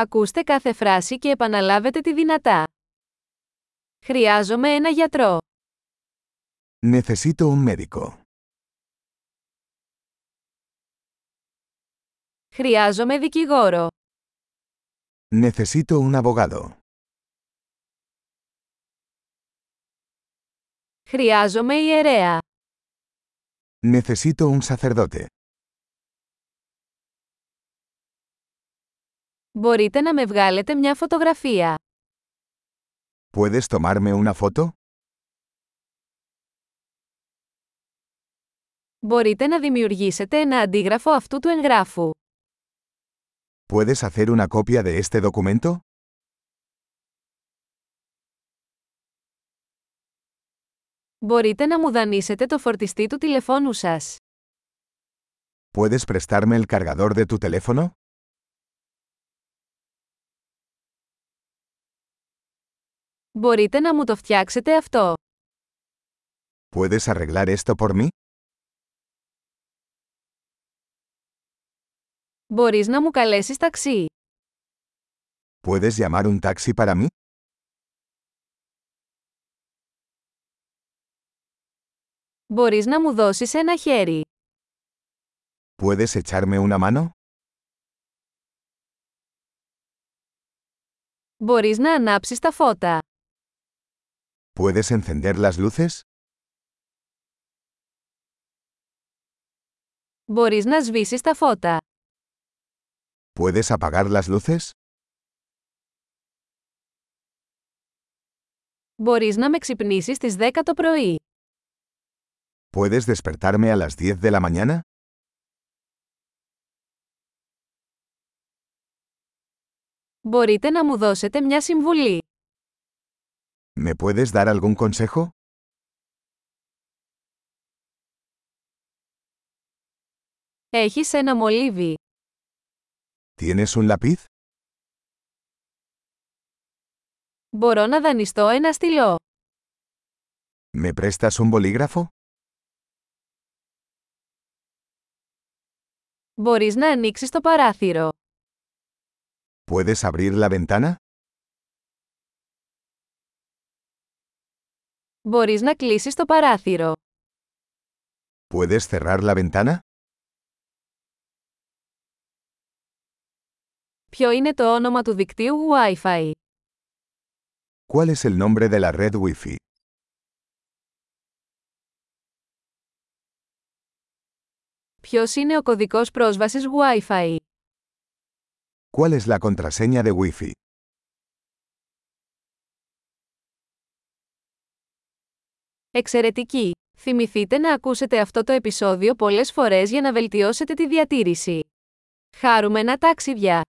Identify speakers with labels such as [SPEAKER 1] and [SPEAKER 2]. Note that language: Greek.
[SPEAKER 1] Ακούστε κάθε φράση και επαναλάβετε τη δυνατά. Χρειάζομαι ένα γιατρό.
[SPEAKER 2] Necesito un médico.
[SPEAKER 1] Χρειάζομαι δικηγόρο.
[SPEAKER 2] Necesito un abogado.
[SPEAKER 1] Χρειάζομαι ιερέα.
[SPEAKER 2] Necesito un sacerdote.
[SPEAKER 1] Μπορείτε να με βγάλετε μια φωτογραφία.
[SPEAKER 2] ¿Puedes tomarme una foto?
[SPEAKER 1] Μπορείτε να δημιουργήσετε ένα αντίγραφο αυτού του εγγράφου.
[SPEAKER 2] ¿Puedes hacer una copia de este documento?
[SPEAKER 1] Μπορείτε να μου δανείσετε το φορτιστή του τηλεφώνου σας.
[SPEAKER 2] ¿Puedes prestarme el cargador de tu teléfono?
[SPEAKER 1] Μπορείτε να μου το φτιάξετε αυτό.
[SPEAKER 2] ¿Puedes arreglar esto por mí?
[SPEAKER 1] Μπορείς να μου καλέσεις ταξί.
[SPEAKER 2] ¿Puedes llamar un taxi para mí?
[SPEAKER 1] Μπορείς να μου δώσεις ένα χέρι.
[SPEAKER 2] ¿Puedes echarme una mano?
[SPEAKER 1] Μπορείς να ανάψεις τα φώτα.
[SPEAKER 2] ¿Puedes encender las luces?
[SPEAKER 1] Μπορείς να σβήσεις τα φώτα.
[SPEAKER 2] ¿Puedes apagar las luces?
[SPEAKER 1] Μπορείς να με ξυπνήσεις στις 10 το πρωί.
[SPEAKER 2] ¿Puedes despertarme a las 10 de la mañana?
[SPEAKER 1] Μπορείτε να μου δώσετε μια συμβουλή.
[SPEAKER 2] ¿Me puedes dar algún consejo?
[SPEAKER 1] Έχεις ένα μολύβι.
[SPEAKER 2] ¿Tienes un lápiz?
[SPEAKER 1] Μπορώ να δανειστώ ένα στυλό.
[SPEAKER 2] ¿Me prestas un bolígrafo?
[SPEAKER 1] Μπορείς να ανοίξεις το παράθυρο.
[SPEAKER 2] ¿Puedes abrir la ventana?
[SPEAKER 1] Μπορείς να κλείσεις το παράθυρο.
[SPEAKER 2] ¿Puedes cerrar la ventana?
[SPEAKER 1] Ποιο είναι το όνομα του δικτύου Wi-Fi.
[SPEAKER 2] ¿Cuál es el nombre de la red Wi-Fi?
[SPEAKER 1] Ποιος είναι ο κωδικός πρόσβασης Wi-Fi.
[SPEAKER 2] ¿Cuál es la contraseña de Wi-Fi?
[SPEAKER 1] Εξαιρετική! Θυμηθείτε να ακούσετε αυτό το επεισόδιο πολλές φορές για να βελτιώσετε τη διατήρηση. Χάρουμενα ταξίδια!